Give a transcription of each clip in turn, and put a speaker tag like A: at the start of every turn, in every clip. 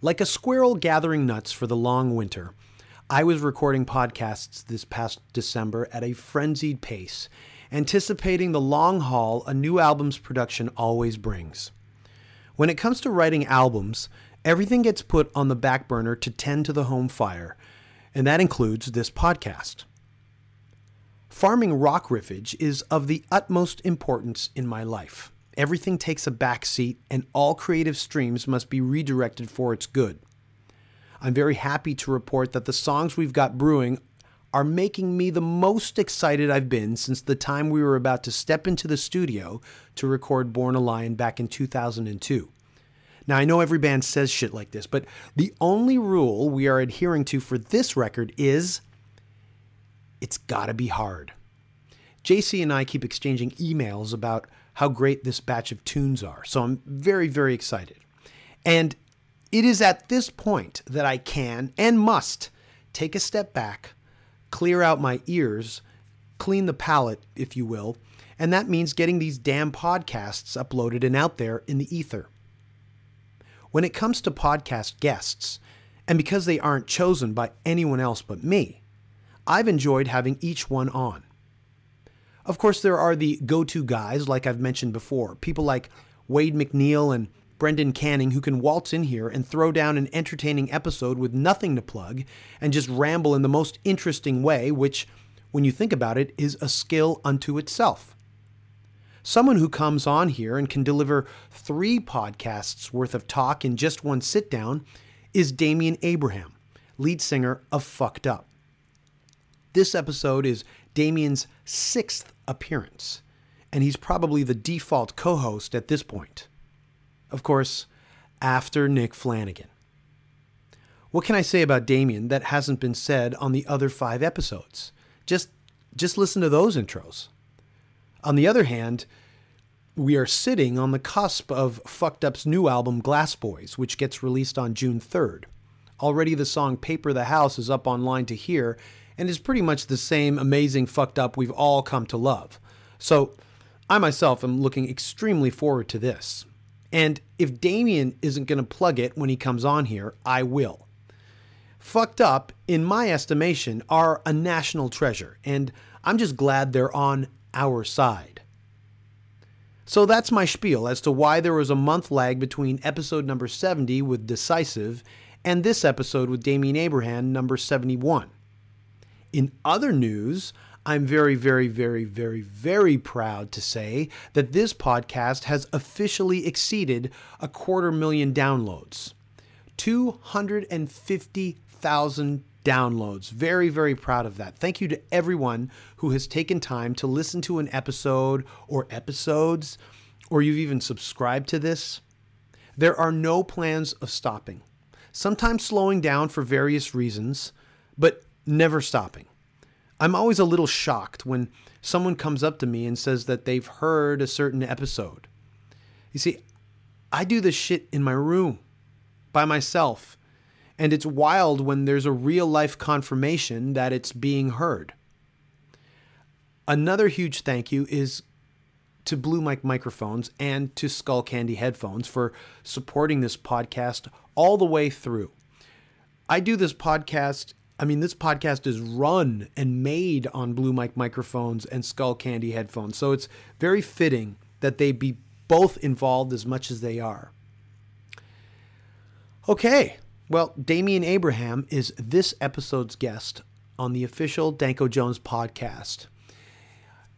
A: Like a squirrel gathering nuts for the long winter, I was recording podcasts this past December at a frenzied pace, anticipating the long haul a new album's production always brings. When it comes to writing albums, everything gets put on the back burner to tend to the home fire, and that includes this podcast. Farming rock riffage is of the utmost importance in my life. Everything takes a back seat, and all creative streams must be redirected for its good. I'm very happy to report that the songs we've got brewing are making me the most excited I've been since the time we were about to step into the studio to record Born a Lion back in 2002. Now, I know every band says shit like this, but the only rule we are adhering to for this record is it's gotta be hard. JC and I keep exchanging emails about how great this batch of tunes are, so I'm very, very excited. And it is at this point that I can and must take a step back, clear out my ears, clean the palate, if you will, and that means getting these damn podcasts uploaded and out there in the ether. When it comes to podcast guests, and because they aren't chosen by anyone else but me, I've enjoyed having each one on. Of course, there are the go to guys, like I've mentioned before, people like Wade McNeil and Brendan Canning, who can waltz in here and throw down an entertaining episode with nothing to plug and just ramble in the most interesting way, which, when you think about it, is a skill unto itself. Someone who comes on here and can deliver three podcasts worth of talk in just one sit down is Damian Abraham, lead singer of Fucked Up. This episode is Damien's sixth appearance, and he's probably the default co host at this point. Of course, after Nick Flanagan. What can I say about Damien that hasn't been said on the other five episodes? Just, just listen to those intros. On the other hand, we are sitting on the cusp of Fucked Up's new album, Glass Boys, which gets released on June 3rd. Already the song Paper the House is up online to hear, and is pretty much the same amazing fucked up we've all come to love. So, I myself am looking extremely forward to this. And if Damien isn't going to plug it when he comes on here, I will. Fucked Up, in my estimation, are a national treasure, and I'm just glad they're on our side. So that's my spiel as to why there was a month lag between episode number 70 with Decisive and this episode with Damien Abraham, number 71. In other news, I'm very, very, very, very, very proud to say that this podcast has officially exceeded a quarter million downloads. 250,000 downloads. Very, very proud of that. Thank you to everyone who has taken time to listen to an episode or episodes, or you've even subscribed to this. There are no plans of stopping, sometimes slowing down for various reasons, but never stopping. I'm always a little shocked when someone comes up to me and says that they've heard a certain episode. You see, I do this shit in my room by myself, and it's wild when there's a real life confirmation that it's being heard. Another huge thank you is to Blue Mic microphones and to Skull Candy headphones for supporting this podcast all the way through. I do this podcast I mean, this podcast is run and made on Blue Mic microphones and Skull Candy headphones, so it's very fitting that they be both involved as much as they are. Okay, well, Damien Abraham is this episode's guest on the official Danko Jones podcast.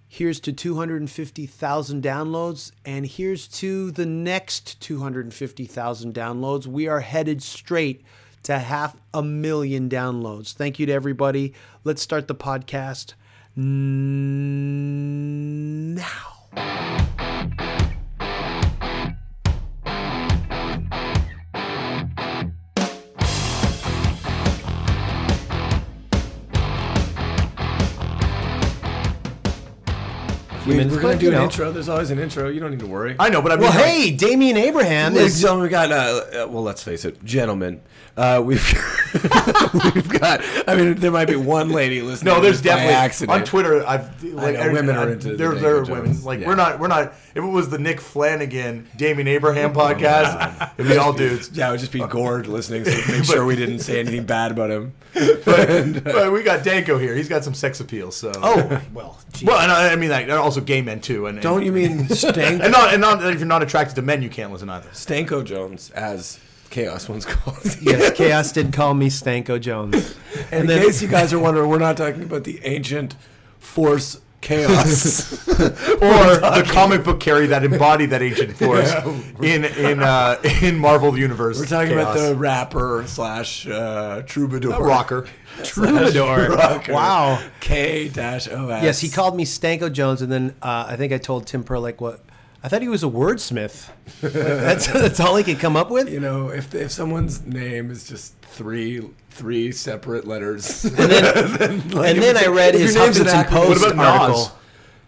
A: Here's to 250,000 downloads, and here's to the next 250,000 downloads. We are headed straight to half a million downloads. Thank you to everybody. Let's start the podcast now.
B: We, are
A: arguments.
B: gonna
A: but,
B: do
A: you
B: an
A: know.
B: intro. There's always an intro. You don't need to worry.
A: I know, but I mean,
B: Well,
A: like-
B: hey,
A: Damien Abraham
B: Ladies and
A: is.
B: gentlemen, we got. Uh, uh, well, let's face it, gentlemen. Uh, we've we've got. I mean, there might be one lady listening.
C: No,
B: to
C: there's
B: this by
C: definitely
B: accident.
C: on Twitter. I've like
B: know,
C: every-
B: women
C: I-
B: are into the
C: there.
B: David
C: there are
B: Jones.
C: women like
B: Yeah.
C: we're not. We're not. If it was the Nick Flanagan, Damien Abraham
B: Oh,
C: podcast, it'd be all dudes.
B: Yeah, it would just be Gord listening. So make sure we didn't say anything bad about him.
C: But,
B: uh,
C: but we got Danko here. He's got some sex appeal. So
A: Oh, well, geez.
C: well, and I, I mean like and also gay men too. And
B: Don't you mean
C: And
B: Stank,
C: not and not if you're not attracted to men, you can't listen either.
B: Stanko Jones as Chaos once called?
A: yes, Chaos did call me Stanko Jones.
B: In
A: And then,
B: case you guys are wondering, we're not talking about the ancient force chaos.
C: Or the comic book carry that embody that ancient force in in uh, in Marvel universe.
B: we're talking about
C: chaos.
B: the rapper slash uh, troubadour,
C: rocker.
A: Troubadour.
B: rocker.
A: Wow.
B: K dash O S.
A: Yes, he called me Stanko Jones, and then uh, I think I told Tim Perlick what I thought he was a wordsmith. that's that's all he could come up with.
B: You know, if if someone's name is just three three separate letters, and
A: then- and then I read his Huffington Post
C: What about
A: article.
C: Nas?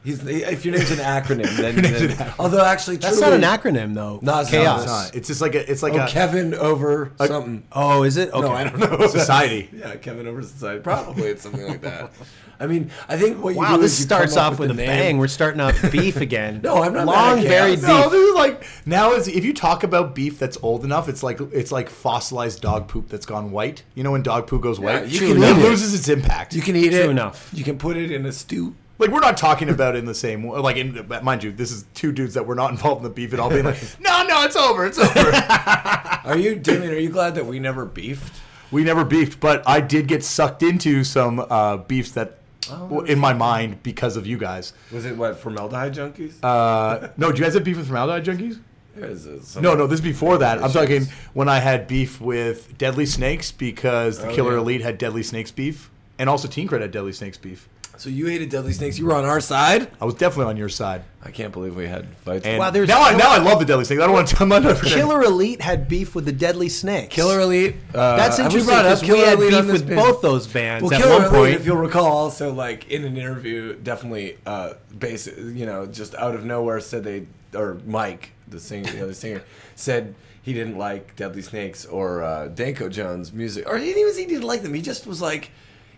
B: He's, if your name's an acronym, then, then although actually
A: That's
B: truly-
A: not an acronym though.
B: No, it's not.
A: Chaos.
C: It's not. It's just like a, it's like
B: Oh,
C: a
B: Kevin over something.
A: Oh, is it? Okay.
B: No, I don't know.
C: society.
B: yeah, Kevin over society. Probably it's something like that. I mean, I think what you
A: Wow,
B: do
A: this
B: is you
A: starts
B: come up
A: off with, a
B: name.
A: bang. We're starting off beef again.
B: No, I'm not
A: Long
B: mad at
A: buried
B: chaos.
A: beef.
C: No, this is like now is if you talk about beef that's old enough, it's like it's like fossilized dog poop that's gone white. You know when dog poop goes white,
B: you can
C: it
B: eat it.
C: loses its impact.
B: You can eat it.
A: True enough.
B: You can put it in a stew.
C: like we're not talking about it in the same way. Like in, mind you, this is two dudes that were not involved in the beef at all, being like, no, no, it's over, it's over.
B: Are you, Damien? Are you glad that we never beefed?
C: we never beefed, but I did get sucked into some uh, beefs that.
B: Oh,
C: well, in my mind, because of you guys.
B: Was it what formaldehyde junkies?
C: Uh, no, do you guys have beef with formaldehyde junkies?
B: There is a- some-
C: No, no, this is before that. I'm
B: Delicious.
C: talking when I had beef with Deadly Snakes because the
B: Oh,
C: Killer
B: yeah.
C: Elite had Deadly Snakes beef, and also Teen Cred had Deadly Snakes beef.
B: So you hated deadly snakes. You were on our side.
C: I was definitely on your side.
B: I can't believe we had fights.
C: And
A: Wow, there's-
C: now, I, now I love the Deadly Snakes. I don't want to. I'm not
A: Killer Elite had beef with the Deadly Snakes.
B: Killer Elite. Uh,
A: That's
B: have we
A: interesting
B: brought
A: because
B: up
A: we
B: Killer
A: had
B: Elite on
A: beef
B: this
A: with
B: band?
A: both those bands
B: Well,
A: at
B: Killer
A: one
B: Elite,
A: point.
B: if you'll recall, so like in an interview, definitely, uh, base, you know, just out of nowhere, said they or Mike, the singer, the other singer, said he didn't like Deadly Snakes or uh, Danko Jones music, or he didn't even say he didn't like them. He just was like,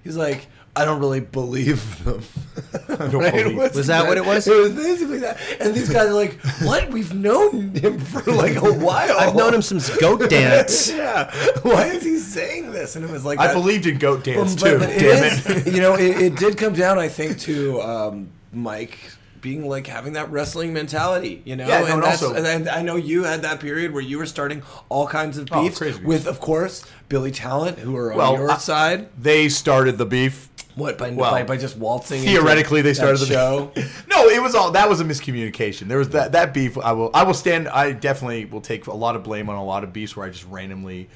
B: he's like. I don't really believe them.
C: believe-
B: What's
A: Was that what it was?
B: It was basically that. And these guys are like, "What? We've known him for like a while.
A: I've known him since Goat Dance.
B: yeah. Why is he saying this?" And it was like,
C: I
B: that-
C: believed in Goat Dance
B: well,
C: too.
B: Um, but- but
C: damn it.
B: is- you know, it, it did come down, I think, to um, Mike being like having that wrestling mentality. You know,
C: Yeah, no,
B: and,
C: and
B: that's-
C: also-
B: and and I know you had that period where you were starting all kinds of
C: Oh,
B: beefs
C: crazy beefs.
B: with, of course, Billy Talent, who are on
C: Well,
B: your
C: I-
B: side.
C: They started the beef.
B: What by,
C: well,
B: by by just waltzing? into
C: Theoretically, they
B: that
C: started the
B: show.
C: beef. no, it was all that was a miscommunication. There was that that beef. I will I will stand. I definitely will take a lot of blame on a lot of beefs where I just randomly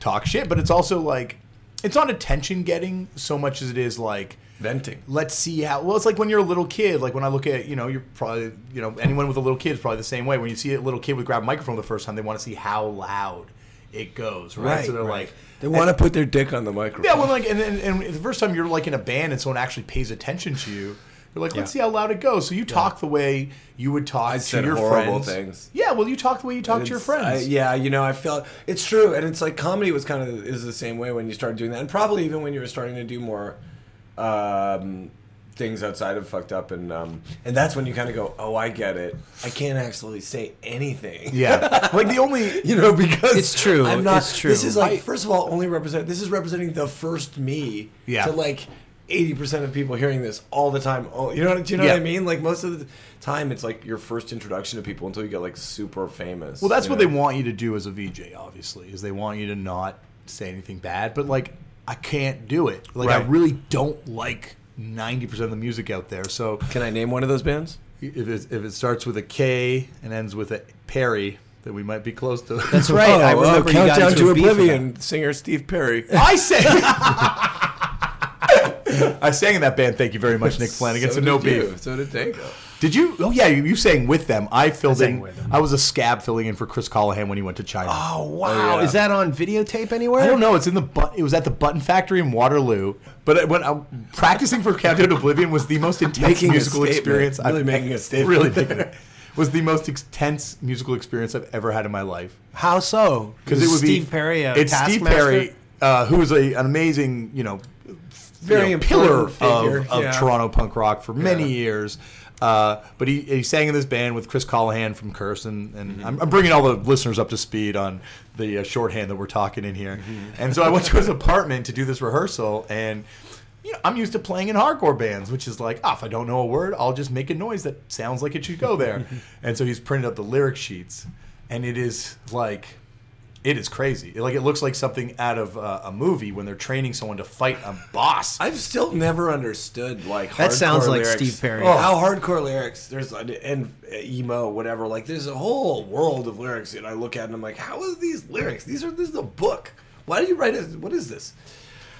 C: talk shit. But it's also like it's not attention getting so much as it is like
B: Venting.
C: let's see how well it's like when you're a little kid like when i look at you know you're probably you know anyone with a little kid is probably the same way when you see a little kid with grab a microphone the first time they want to see how loud it goes right, so they're like
B: they want to put their dick on the microphone.
C: yeah well like and then and the first time you're like in a band and someone actually pays attention to you you're like let's see how loud it goes so you talk the way you would talk
B: I
C: to
B: said
C: your
B: horrible
C: friends
B: things.
C: yeah well you talk the way you talk to your
B: It's-
C: friends
B: I- yeah, you know, I feel it's true, and it's like comedy was kind of is the same way when you started doing that, and probably even when you were starting to do more um, things outside of fucked up, and um, and that's when you kind of go, oh, I get it. I can't actually say anything.
C: yeah like the only
B: You know, because
A: It's true,
B: I'm not.
A: it's true.
B: This is like, first of all, only represent. This is representing the first me.
C: Yeah.
B: To like, eighty percent of people hearing this all the time. Oh, you know, what- do you know
C: Yeah.
B: what I mean? Like most of the time, it's like your first introduction to people until you get like super famous.
C: Well, that's
B: you
C: what
B: know?
C: they want you to do as a VJ, obviously, is they want you to not say anything bad. But like, I can't do it. Like, I
B: Right.
C: really don't like ninety percent of the music out there. So
B: Can I name one of those bands?
C: if it, if it starts with a K and ends with a Perry, then we might be close to. Oh,
A: That's right. I remember you got
B: Countdown
A: into
B: to
A: a beef about
B: Oblivion singer Steve Perry.
C: I sang. I sang in that band. Thank you very much, Nick Flanagan. So, no beef.
B: So did Danko.
C: Did you? Oh yeah, you, you sang with them. I filled
A: sang
C: in.
A: with them.
C: I was a scab filling in for Chris Callahan when he went to China.
A: Oh wow!
B: yeah.
A: Is that on videotape anywhere?
C: I don't know. It's in the but. It was at the Button Factory in Waterloo. But I- when I'm practicing for Countdown to Oblivion was the most intense
B: Making a
C: musical
B: statement.
C: experience.
B: Really making a statement.
C: Really making it. Was the most intense musical experience I've ever had in my life.
A: How so?
C: Because it would
A: Steve
C: be
A: Perry. A
C: it's Steve
A: taskmaster?
C: Perry, uh, who was a, an amazing, you know,
B: Very
C: you know, pillar
B: important figure,
C: of, of
B: yeah.
C: Toronto punk rock for many
B: Yeah.
C: years. Uh, but he, he sang in this band with Chris Callahan from Curse, and, and I'm, I'm bringing all the listeners up to speed on the uh, shorthand that we're talking in here. And so I went to his apartment to do this rehearsal, and you know, I'm used to playing in hardcore bands, which is like, ah, if I don't know a word, I'll just make a noise that sounds like it should go there. and so he's printed up the lyric sheets, and it is like it is crazy. It- Like it looks like something out of uh, a movie when they're training someone to fight a boss.
B: I've still never understood like
A: That
B: hardcore
A: sounds like
B: lyrics.
A: Steve Perry.
B: Oh, how hardcore lyrics? There's and uh, emo, whatever. Like there's a whole world of lyrics, and I look at it and I'm like, how is these lyrics? These are this is a book. Why do you write it? What is this?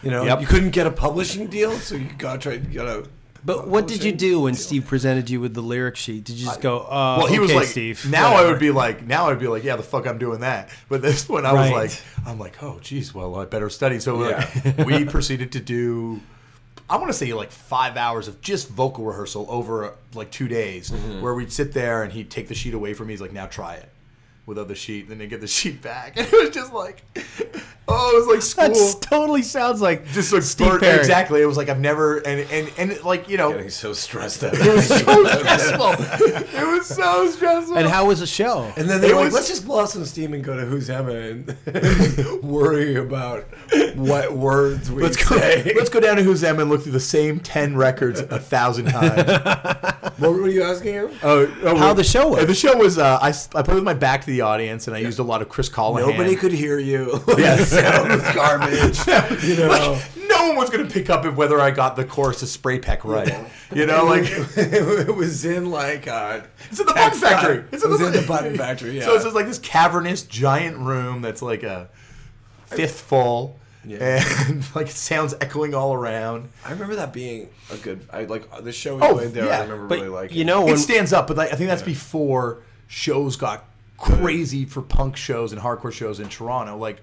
B: You know,
C: Yep.
B: you couldn't get a publishing deal, so you gotta try. You gotta.
A: But what did you
B: publishing
A: do when
B: deal.
A: Steve presented you with the lyric sheet? Did you just go, uh,
C: well, he was
A: okay,
C: like,
A: Steve.
C: now I
A: whatever."
C: would be like, now I'd be like, yeah, the fuck, I'm doing that. But this one, I
A: Right.
C: was like, I'm like, oh, geez, well, I better study. So
B: Yeah.
C: like, we proceeded to do, I want to say like five hours of just vocal rehearsal over uh, like two days,
A: Mm-hmm.
C: where we'd sit there and he'd take the sheet away from me. He's like, now try it. Without the sheet, then they get the sheet back, and it was just like, oh, it was like school.
A: That totally sounds like
C: just like
A: Steve
C: burnt-
A: Perry.
C: exactly. It was like I've never and and and like you know,
B: Getting
C: it
B: so stressed out.
C: was so stressful. it was so stressful.
A: And how was the show?
B: And then they
C: It
B: were like,
C: was-
B: let's just blow off some steam and go to Who's Emma and worry about what words we
C: Let's go.
B: say.
C: Let's go down to Who's Em and look through the same ten records a thousand times.
B: what were you asking him?
C: Oh, oh,
A: How
C: wait.
A: the show was.
C: Uh, The show was. Uh, I s- I played with my back to the audience, and I used a lot of Chris Callahan.
B: Nobody could hear you. Yeah, the sound was garbage. you know,
C: Like, Oh. no one was going to pick up if whether I got the chorus of Spray Peck right. You know, like
B: it was in like uh,
C: It's in the button
B: Textile.
C: factory. It's in
B: It
C: the,
B: was in the button factory, yeah.
C: So it's just like this cavernous giant room that's like a fifth full,
B: Yeah.
C: and like sounds echoing all around.
B: I remember that being a good. I like the show we
C: Oh,
B: played there.
C: yeah,
B: I remember
A: but
B: really liking.
A: you know,
C: it
A: when,
C: stands up, but like, I think that's before shows got crazy for punk shows and hardcore shows in Toronto. Like,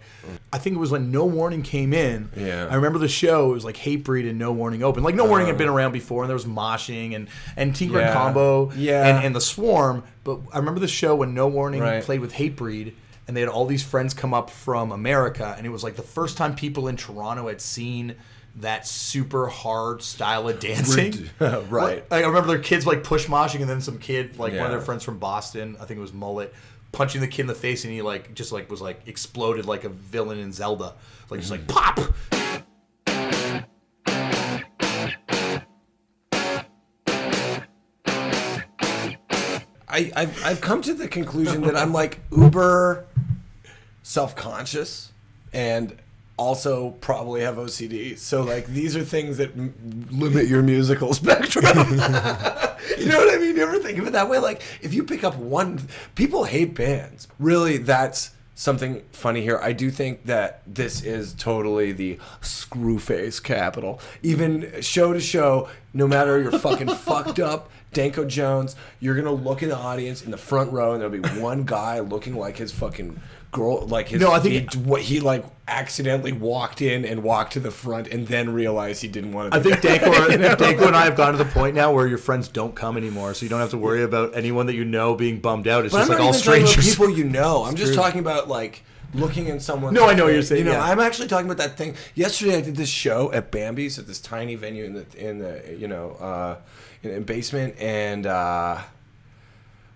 C: I think it was when No Warning came in.
B: Yeah. Uh.
C: I remember the show. It was like Hatebreed and No Warning open. Like No Warning had been around before, and there was moshing and and Tinker
B: Yeah.
C: and Combo.
B: Yeah.
C: And, and the Swarm. But I remember the show when No Warning
B: Right.
C: played with Hatebreed. And they had all these friends come up from America, and it was like the first time people in Toronto had seen that super hard style of dancing.
B: Right.
C: Like, I remember their kids like push moshing, and then some kid, like one of their
B: Yeah.
C: friends from Boston, I think it was Mullet, punching the kid in the face, and he like just like was like exploded like a villain in Zelda, like just like pop.
B: I, I've, I've come to the conclusion that I'm like uber self conscious and also probably have OCD. So, like, these are things that m- limit your musical spectrum. you know what I mean? You ever think of it that way? Like, if you pick up one, people hate bands. Really, that's something funny here. I do think that this is totally the screwface capital. Even show to show, no matter you're fucking fucked up, Danko Jones, you're gonna look in the audience in the front row, and there'll be one guy looking like his fucking girl, like his.
C: No, I think-
B: he, what he like accidentally walked in and walked to the front, and then realized he didn't want to.
C: I think Danko, Danko and I have gotten to the point now where your friends don't come anymore, so you don't have to worry about anyone that you know being bummed out. It's
B: But
C: just
B: I'm
C: like
B: not
C: all
B: even talking about
C: strangers.
B: people you know. I'm just talking about like looking in someone.
C: No, I know what you're saying,
B: You know,
C: yeah.
B: I'm actually talking about that thing. Yesterday, I did this show at Bambi's at this tiny venue in the in the you know uh, in the basement, and uh,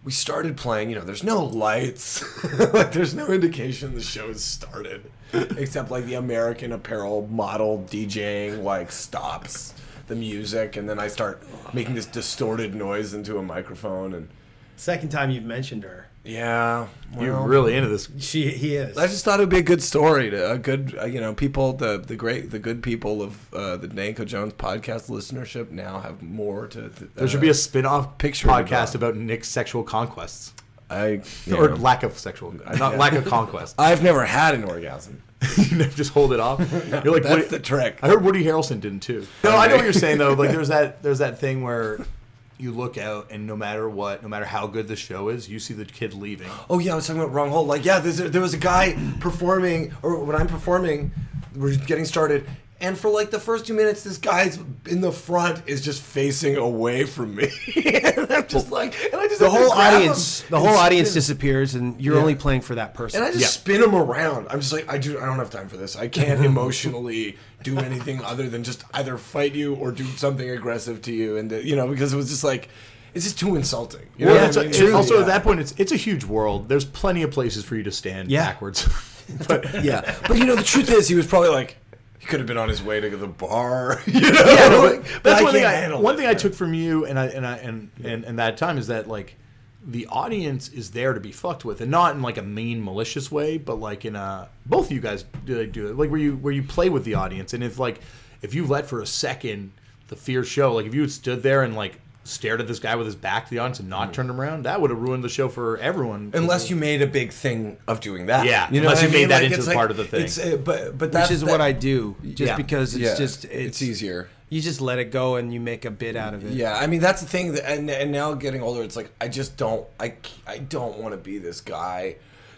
B: we started playing. You know, there's no lights, like there's no indication the show has started, except like the American Apparel model DJing like stops the music, and then I start making this distorted noise into a microphone, and
A: second time you've mentioned her.
B: yeah,
C: You're
B: well.
C: really into this.
A: She he is.
B: I just thought it would be a good story to a good, uh, you know, people, the the great, the good people of uh, the Nanko Jones podcast listenership now have more to. uh, Th-
C: There should be a spin-off
B: Picture
C: podcast
B: about-
C: about Nick's sexual conquests
B: I, you
C: or
B: know,
C: lack of sexual, not lack of conquest.
B: I've never had an orgasm.
C: you know, just hold it off. You're like,
B: That's
C: Woody-
B: the trick.
C: I heard Woody Harrelson didn't too. No, I know what you're saying though. Like there's that there's that thing where you look out and no matter what, no matter how good the show is, you see the kid leaving.
B: Oh yeah, I was talking about wrong hole. Like yeah, there's a, there was a guy performing, or when I'm performing, we're getting started, and for like the first two minutes, this guy's in the front is just facing away from me, and I'm just like, and I just
A: The
B: have to
A: whole
B: grab
A: audience,
B: him
A: the
B: and
A: whole
B: spin
A: audience
B: him.
A: disappears, and you're only playing for that person.
B: And I just
C: Yeah.
B: spin him around. I'm just like, I do. I don't have time for this. I can't emotionally do anything other than just either fight you or do something aggressive to you, and uh, you know, because it was just like, it's just too insulting. You know
C: Well,
B: what I
C: that's
B: mean?
C: a-
B: It's just-
C: also
B: yeah.
C: at that point, it's it's a huge world. There's plenty of places for you to stand
A: Yeah.
C: backwards. but
B: Yeah, but you know the truth is, he was probably like he could have been on his way to the bar. You know,
C: Yeah, no,
B: Like,
C: but
B: but
C: that's
B: I
C: one thing.
B: can't
C: I,
B: handle
C: one
B: it.
C: thing I took from you and I and I and, and and that time is that like the audience is there to be fucked with, and not in like a mean, malicious way, but like in a both of you guys do, do it like where you where you play with the audience, and if like if you let for a second the fear show, like if you had stood there and like stared at this guy with his back to the audience and not
B: Mm.
C: turned him around, that would have ruined the show for everyone.
B: Unless you made a big thing of doing that,
C: Yeah,
B: You know
C: unless
B: what I
C: you made
B: mean?
C: that
B: Like,
C: into
B: it's
C: part of the thing.
B: it's, uh, but but
A: which
B: that's
A: is
B: that-
A: what I do, just
C: Yeah.
A: because it's
B: Yeah,
A: just it's,
B: it's easier.
A: You just let it go and you make a bit out of it.
B: Yeah, I mean that's the thing, that, and and now getting older, it's like I just don't, I c- I don't want to be this guy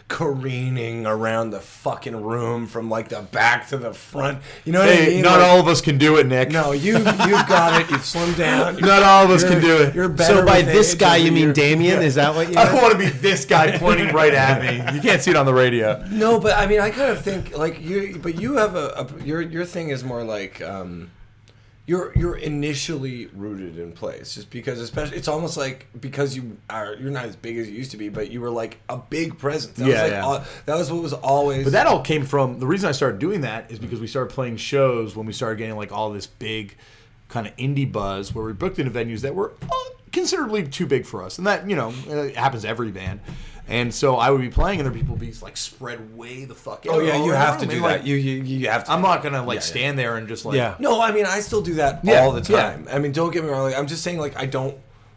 B: careening around the fucking room from like the back to the front. You know what I
C: hey,
B: mean?
C: not
B: Like,
C: all of us can do it, Nick.
B: No, you you've got it. You've slimmed down.
C: Not all of us
B: You're-
C: can do it.
B: You're better.
A: So by
B: with
A: this
B: age
A: guy,
B: over
A: you mean
B: your-
A: Damien? Is that what you?
C: I don't want to be this guy pointing right at me. You can't see it on the radio.
B: No, but I mean, I kind of think like you, but you have a, a your your thing is more like um, you're you're initially rooted in place, just because especially it's almost like because you are you're not as big as you used to be, but you were like a big presence. That
C: Yeah,
B: was like
C: yeah.
B: all, that was what was always.
C: But that all came from the reason I started doing that is because we started playing shows when we started getting like all this big kind of indie buzz where we booked into venues that were uh, considerably too big for us. And that, you know, uh, it happens to every band. And so I would be playing and there people would be like spread way the fuck out.
B: oh yeah,
C: all
B: you
C: around
B: have to
C: me,
B: do
C: like,
B: that. You you you have to.
C: I'm
B: do that.
C: not going to like stand there and just like.
A: Yeah.
B: No, I mean I still do that
C: Yeah,
B: all the
C: yeah.
B: time. I mean, don't get me wrong. Like, I'm just saying, like I don't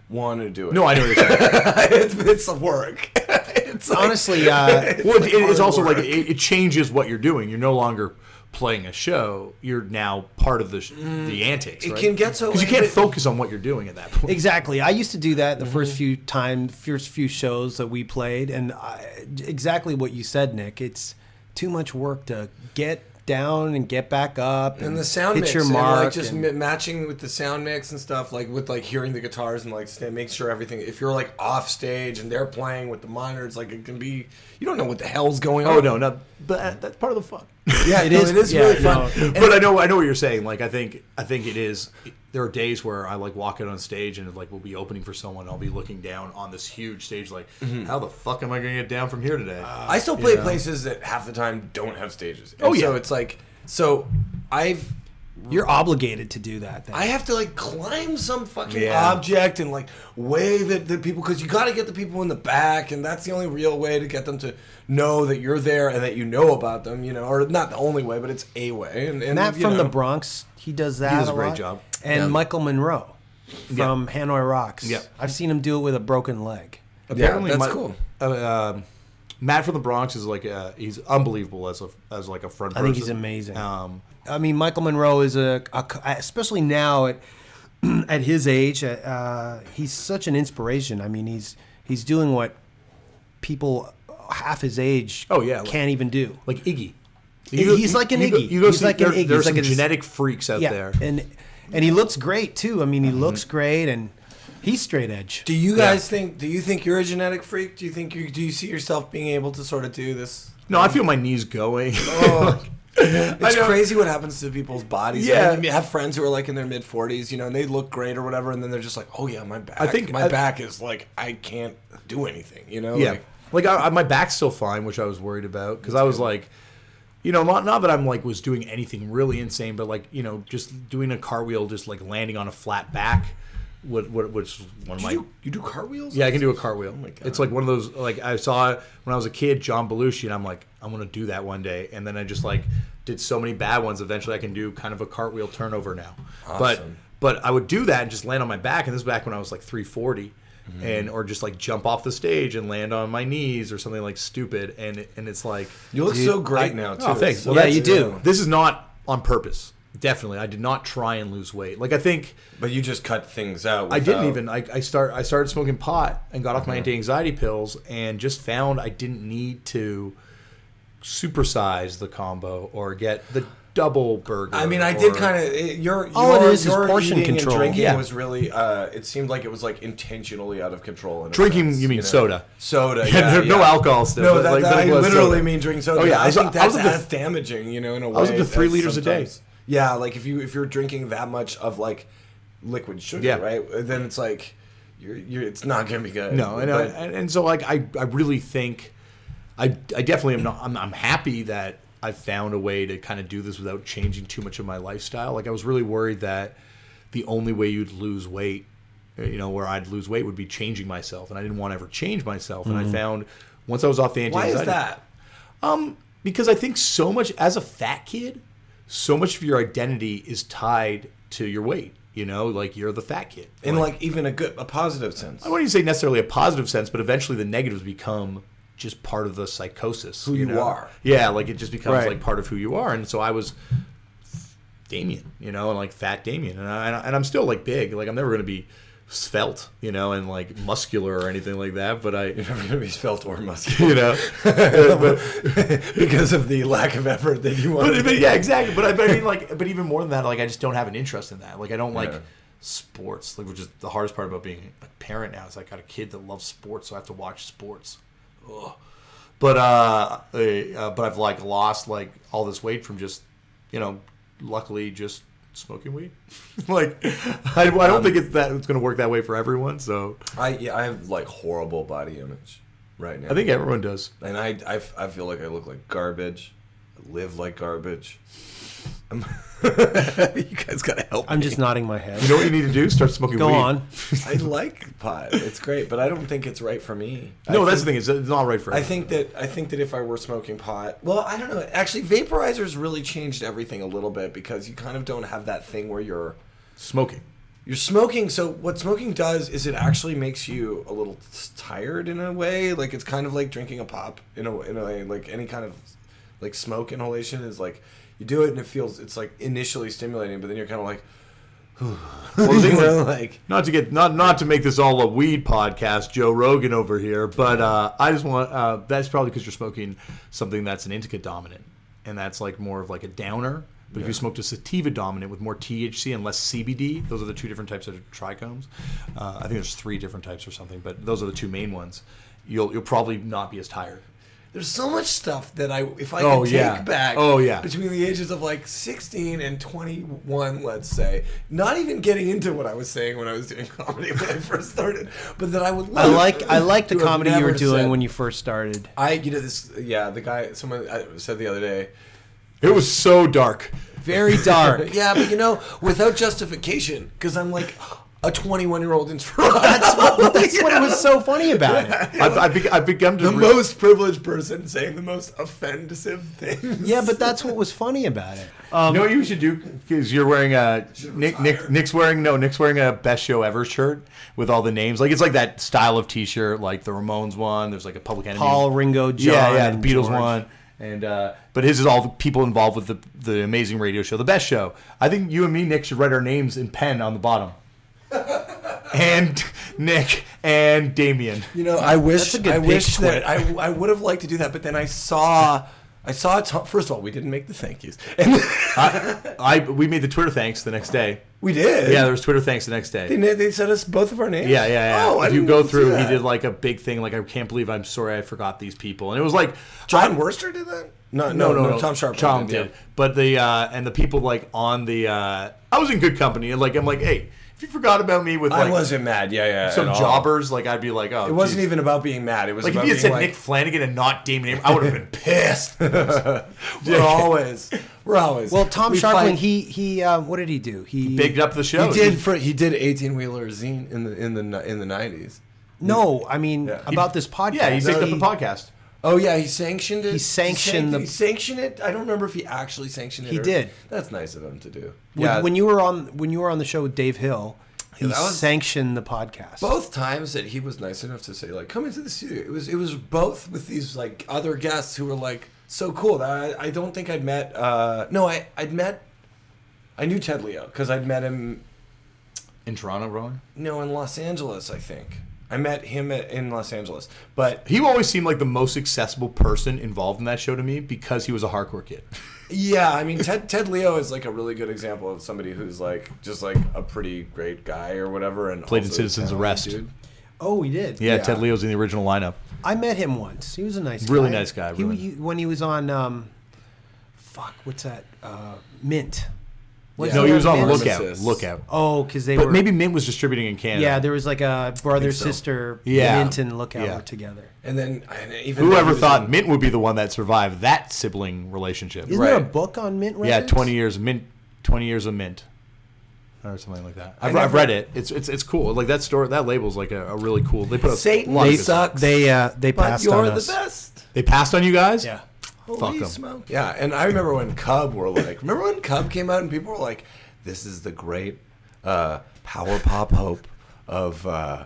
B: want to do it.
C: No, I know what you're saying.
B: it's, it's work. it's like-
A: Honestly, uh,
C: well, it- it,
B: hard
C: it's also like
B: work.
C: it, it changes what you're doing. You're no longer playing a show. You're now part of the sh- the antics.
B: Mm, It
C: right?
B: can get so-
C: because you can't
B: but-
C: focus on what you're doing at that point.
A: Exactly. I used to do that the first few time, first few shows that we played, and I, exactly what you said, Nick. It's too much work to get down and get back up, and,
B: and the sound
A: hit
B: mix
A: your
B: and
A: mark.
B: like just
A: and-
B: mi matching with the sound mix and stuff like with like hearing the guitars and like st- make sure everything if you're like off stage and they're playing with the monitors like it can be you don't know what the hell's going on
C: Oh no, no, but that- that's part of the fun.
B: yeah
A: It
B: no,
A: is-
B: it is
A: yeah,
B: really
A: no.
B: fun
C: but I know, I know what you're saying. Like, I think, I think it is. There are days where I like walk out on stage and like we'll be opening for someone. I'll be looking down on this huge stage, like,
B: Mm-hmm.
C: how the fuck am I gonna get down from here today?
B: I still play places that half the time don't have stages And
C: Oh, yeah.
B: so it's like so I've
A: You're obligated to do that. Then.
B: I have to like climb some fucking
C: Yeah.
B: object and like wave at the people because you got to get the people in the back, and that's the only real way to get them to know that you're there and that you know about them. You know, or not the only way, but it's a way. And, and
A: Matt
B: you
A: from the
B: know.
A: Bronx, he does that.
C: does a
A: a
C: great
A: lot.
C: job.
A: And Michael Monroe from Hanoi Rocks.
C: Yeah.
A: I've seen him do it with a broken leg.
B: Yeah, that's
C: my-
B: cool.
C: uh, um, Matt from the Bronx is like a, he's unbelievable as a as like a front.
A: I think
C: person.
A: he's amazing.
C: Um,
A: I mean, Michael Monroe is a, a especially now at at his age, uh, he's such an inspiration. I mean, he's he's doing what people half his age
C: Oh, yeah, like-
A: can't even do.
C: like Iggy.
A: He's like an
C: you go-
A: Iggy.
C: you go
A: He's
C: see-
A: like an
C: there-
A: Iggy.
C: There's
A: He's like
C: some
A: a-
C: genetic freaks out there.
A: and and he looks great too. I mean, he looks great, and he's straight edge.
B: Do you guys think? Do you think you're a genetic freak? Do you think you do you see yourself being able to sort of do this?
C: No, I feel my knees going.
B: Oh. It's
C: know.
B: crazy what happens to people's bodies.
C: Yeah.
B: Yeah, you have friends who are like in their mid forties, you know, and they look great or whatever, and then they're just like, "Oh yeah, my back. I
C: think-
B: think my
C: I-
B: back is like I can't do anything." You know,
C: yeah,
B: Like,
C: like I, I, my back's still fine, which I was worried about because I was like, you know, not not that I'm like was doing anything really insane, but like you know, just doing a car wheel, just like landing on a flat back. What, what, which one of my
B: you, you do cartwheels?
C: Yeah, I can do a cartwheel.
B: God.
C: It's like one of those like I saw when I was a kid, John Belushi, and I'm like, I'm gonna do that one day. And then I just like did so many bad ones. Eventually, I can do kind of a cartwheel turnover now.
B: Awesome.
C: But but I would do that and just land on my back. And this was back when I was like 340,
B: Mm-hmm.
C: and or just like jump off the stage and land on my knees or something like stupid. And and it's like
B: You look so great now too.
C: Oh, thanks.
B: It's
C: Well,
B: so-
A: yeah, you do.
C: This is not on purpose. Definitely, I did not try and lose weight. Like I think
B: But you just cut things out.
C: I didn't
B: without-
C: even. I, I start. I started smoking pot and got off my anti-anxiety pills, and just found I didn't need to supersize the combo or get the double burger.
B: I mean, I did
C: or-
B: kind of your
A: All it
B: your-
A: is is
B: your
A: portion
B: eating and
A: control.
B: drinking
C: Yeah.
B: was really. Uh, it seemed like it was like intentionally out of control. in a
C: Drinking,
B: sense,
C: you mean soda.
B: Soda.
C: Yeah,
B: Yeah,
C: there- no
B: yeah.
C: alcohol still,
B: No,
C: but,
B: that,
C: like,
B: that-
C: but it
B: I
C: was
B: literally
C: soda.
B: mean drinking soda.
C: Oh, yeah,
B: I,
C: I was-
B: think
C: I
B: that's
C: was up to-
B: as damaging, you know, in a way.
C: was up to
B: as
C: three liters a day.
B: sometimes- Yeah, like if you if you're drinking that much of like liquid sugar,
C: Yeah.
B: right? Then it's like you're you're it's not gonna be good.
C: No, and, I,
B: But-
C: and and so like I, I really think I, I definitely am not I'm, I'm happy that I found a way to kind of do this without changing too much of my lifestyle. Like I was really worried that the only way you'd lose weight, uh, you know, where I'd lose weight would be changing myself, and I didn't want to ever change myself. And I found once I was off the
B: Mm-hmm. why
C: anti-anxiety, Um,
B: is that?
C: because I think so much as a fat kid, so much of your identity is tied to your weight. You know, like you're the fat kid.
B: In like even a good a positive sense.
C: I wouldn't say necessarily a positive sense, but eventually the negatives become just part of the psychosis. Who
B: you are.
C: Yeah, like it just becomes
A: Right.
C: like part of who you are. And so I was Damien, you know, and like fat Damien. And, I, and I- and I'm still like big. Like I'm never going to be svelte, you know, and like muscular or anything like that. But I,
B: You're never gonna be svelte or muscular.
C: you know, but,
B: because of the lack of effort that you want.
C: but, but yeah, exactly. But I, but I mean, like, but even more than that, like, I just don't have an interest in that. Like, I don't like
B: Yeah.
C: sports, like, which is the hardest part about being a parent now. Is I got a kid that loves sports, so I have to watch sports. Ugh. But uh, eh, uh, but I've like lost like all this weight from just, you know, luckily just smoking weed. like, I, I don't think it's that it's gonna work that way for everyone. So
B: I yeah, I have like horrible body image right now.
C: I think everyone does.
B: and I, I, f- I feel like I look like garbage. I live like garbage. I'm- you guys gotta help.
A: I'm just nodding my head.
C: You know what you need to do? Start smoking.
A: Go
C: weed.
A: on.
B: I like pot. It's great, but I don't think it's right for me.
C: No,
B: I
C: that's
B: think,
C: the thing. It's, it's not right for.
B: I
C: everyone.
B: think that I think that if I were smoking pot, well, I don't know. Actually, vaporizers really changed everything a little bit because you kind of don't have that thing where you're
C: smoking.
B: you're smoking so what smoking does is it actually makes you a little s- tired in a way like it's kind of like drinking a pop in a, in a way like any kind of like smoke inhalation is like you do it and it feels it's like initially stimulating but then you're kind of like
C: Well, the thing
B: you know,
C: is-
B: like
C: not to get not not to make this all a weed podcast, Joe Rogan over here, but uh, I just want uh, that's probably because you're smoking something that's an indica dominant, and that's like more of like a downer. But if you smoked a sativa dominant with more THC and less CBD, those are the two different types of trichomes. Uh, I think there's three different types or something, but those are the two main ones. You'll you'll probably not be as tired.
B: there's so much stuff that i if i
C: Oh,
B: could take
C: yeah.
B: back
C: Oh, yeah.
B: between the ages of like 16 and 21 let's say not even getting into what i was saying when i was doing comedy when i first started but that i would
A: I
B: love
A: like I like the
B: to have
A: comedy you were
B: never
A: doing
B: said.
A: when you first started.
B: I you know this yeah the guy someone I said the other day
C: It was so dark.
A: Very dark.
B: yeah but you know without justification because I'm like a 21 year old in Toronto
A: That's what, that's what was so funny about it.
C: I've, I've, be- I've begun to
B: the
C: re-
B: most privileged person saying the most offensive things
A: Yeah, but that's what was funny about it.
C: you know what you should do because you're wearing a Nick, Nick Nick's wearing no Nick's wearing a best show ever shirt with all the names like it's like that style of T-shirt like the Ramones one there's like a Public Enemy
A: Paul, Ringo, John,
C: yeah yeah the
A: and
C: Beatles
A: George.
C: one and uh, but his is all the people involved with the the amazing radio show the best show I think you and me Nick should write our names in pen on the bottom and Nick and Damien
B: you know I wish
A: That's a good
B: I wish
A: pitch,
B: that I, I would have liked to do that but then I saw I saw a ton, first of all we didn't make the thank yous and
C: I, I we made the Twitter thanks the next day
B: we did
C: yeah there was Twitter thanks the next day
B: they, na- they sent us both of our names
C: Yeah, yeah, yeah.
B: oh I
C: if you
B: didn't
C: go
B: even see
C: through, he
B: that.
C: did like a big thing, like I can't believe I'm sorry I forgot these people, and it was like
B: John Worster did that no no no, Tom Sharp
C: Tom did, but the uh, and the people like on the uh, I was in good company, and like I'm like, hey, if you forgot about me with
B: I
C: like
B: wasn't mad yeah yeah
C: some
B: at all.
C: jobbers, like I'd be like, oh,
B: It wasn't even about being mad. It was
C: Like if
B: about
C: you
B: being
C: had said
B: like,
C: Nick Flanagan and not Damon, Abraham, I would have been pissed.
B: we're always, we're always.
A: Well, Tom
B: we
A: Sharpling,
B: fight-
A: he he, uh, what did he do? He
C: Bigged up the
B: he
C: show.
B: did for he did eighteen wheeler zine in the in the ni- in the nineties.
A: No, I mean
B: Yeah.
A: about this podcast.
C: Yeah, he picked
B: No,
C: up the
B: he-
C: podcast.
B: Oh yeah, he sanctioned it. He
A: sanctioned
B: sanct-
A: the-
B: He sanctioned it. I don't remember if he actually sanctioned it.
A: He
B: or-
A: did.
B: That's nice of him to do.
A: When, when you were on when you were on the show with Dave Hill, he
B: that was-
A: sanctioned the podcast.
B: both times that he was nice enough to say like, "Come into the studio." It was it was both with these like other guests who were like so cool. I I don't think I'd met. uh No, I I'd met. I knew Ted Leo because I'd met him.
C: in Toronto, probably.
B: No, in Los Angeles, I think. I met him at, in Los Angeles, but
C: He always seemed like the most accessible person involved in that show to me because he was a hardcore kid.
B: Yeah, I mean Ted Ted Leo is like a really good example of somebody who's like just like a pretty great guy or whatever and
C: Played in
B: also
C: Citizens
B: talented
C: Arrest.
B: dude.
A: Oh, he did.
C: Yeah,
B: Yeah.
C: Ted Leo's in the original lineup.
A: I met him once. He was a nice,
C: Really
A: guy.
C: nice guy,
A: He-
C: really.
A: he- when he was on, um, fuck, what's that? Uh, Mint. Wasn't
C: No,
B: Yeah.
C: he was on
A: Mint?
B: Pharmacist.
C: Lookout. Lookout.
A: Oh, because they
C: But
A: were
C: maybe Mint was distributing in Canada.
A: Yeah, there was like a brother
B: so.
A: sister
C: Yeah.
A: Mint and Lookout
C: Yeah.
A: were together.
B: And then and even though he
C: Whoever
B: was
C: thought
B: in-
C: Mint would be the one that survived that sibling relationship?
A: Isn't there a
B: Right.
A: book on Mint? Records?
C: Yeah, twenty years mint, twenty years of mint, or something like that. I've,
B: never-
C: I've read it. It's it's it's cool. Like that store, that label's like a, a really cool. They put a
B: Satan
C: lot of
A: They
C: good-
B: sucks.
A: They uh, they
B: but
A: passed
B: you're
A: on
B: the
A: us.
B: best.
C: They passed on you guys.
A: Yeah.
C: Fuck 'em.
B: smoke. Yeah, and I remember when Cub were like, remember when Cub came out and people were like, "This is the great uh, power pop hope of uh,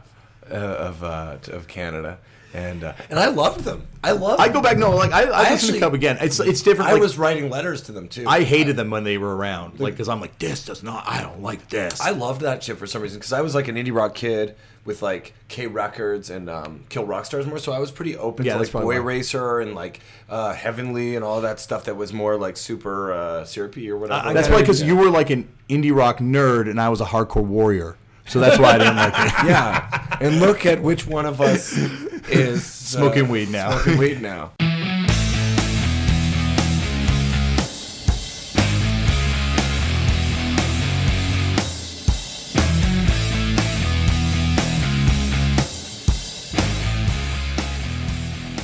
B: uh, of uh, t- of Canada," and uh, and I loved them. I loved.
C: I go back. No, like I, I, listened
B: actually-
C: to Cub again. It's it's different.
B: I
C: like,
B: was writing letters to them too.
C: I hated them when they were around. Like because I'm like this does not. I don't like this.
B: I loved that shit for some reason because I was like an indie rock kid with like K Records and um, Kill Rock Stars more, so I was pretty open
C: Yeah,
B: to
C: that's
B: like
C: probably
B: Boy
C: why.
B: Racer and like uh, Heavenly and all that stuff that was more like super uh, syrupy or whatever.
C: that's why because you were like an indie rock nerd and I was a hardcore warrior. So that's why I didn't like it.
B: yeah, and look at which one of us is uh,
C: Smoking weed now.
B: Smoking weed now.